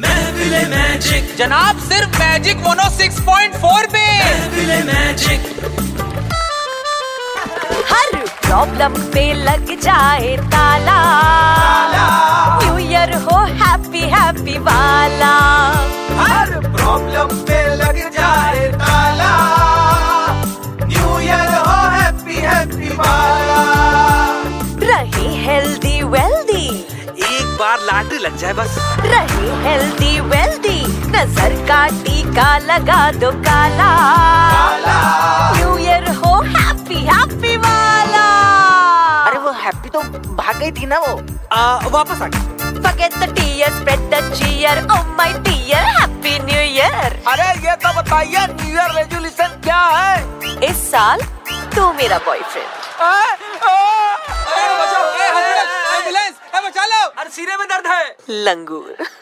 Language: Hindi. महफिले मैजिक जनाब सिर्फ मैजिक मोनो 6.4 पे महफिले मैजिक हर प्रॉब्लम पे लग जाए ताला न्यू ईयर हो हैप्पी हैप्पी वाला हर प्रॉब्लम पे लग जाए ताला न्यू ईयर हो हैप्पी हैप्पी वाला रहे हेल्दी वेल्दी एक बार लाटरी लग जाए बस रहे हेल्दी वेल्दी नजर का टीका लगा दो काला ताला न्यू ईयर हो हैप्पी हैप्पी वाला अरे वो हैप्पी तो भाग गई थी ना वो आ, वापस आ गए forget the tear spread the cheer oh my dear happy new year अरे ये तो बताइए न्यू ईयर रेजोल्यूशन क्या है इस साल तू मेरा बॉयफ्रेंड ए, बचाओ, ए, एम्बुलेंस, एम्बुलेंस, ए, बचा लो अरे सीने में दर्द है लंगूर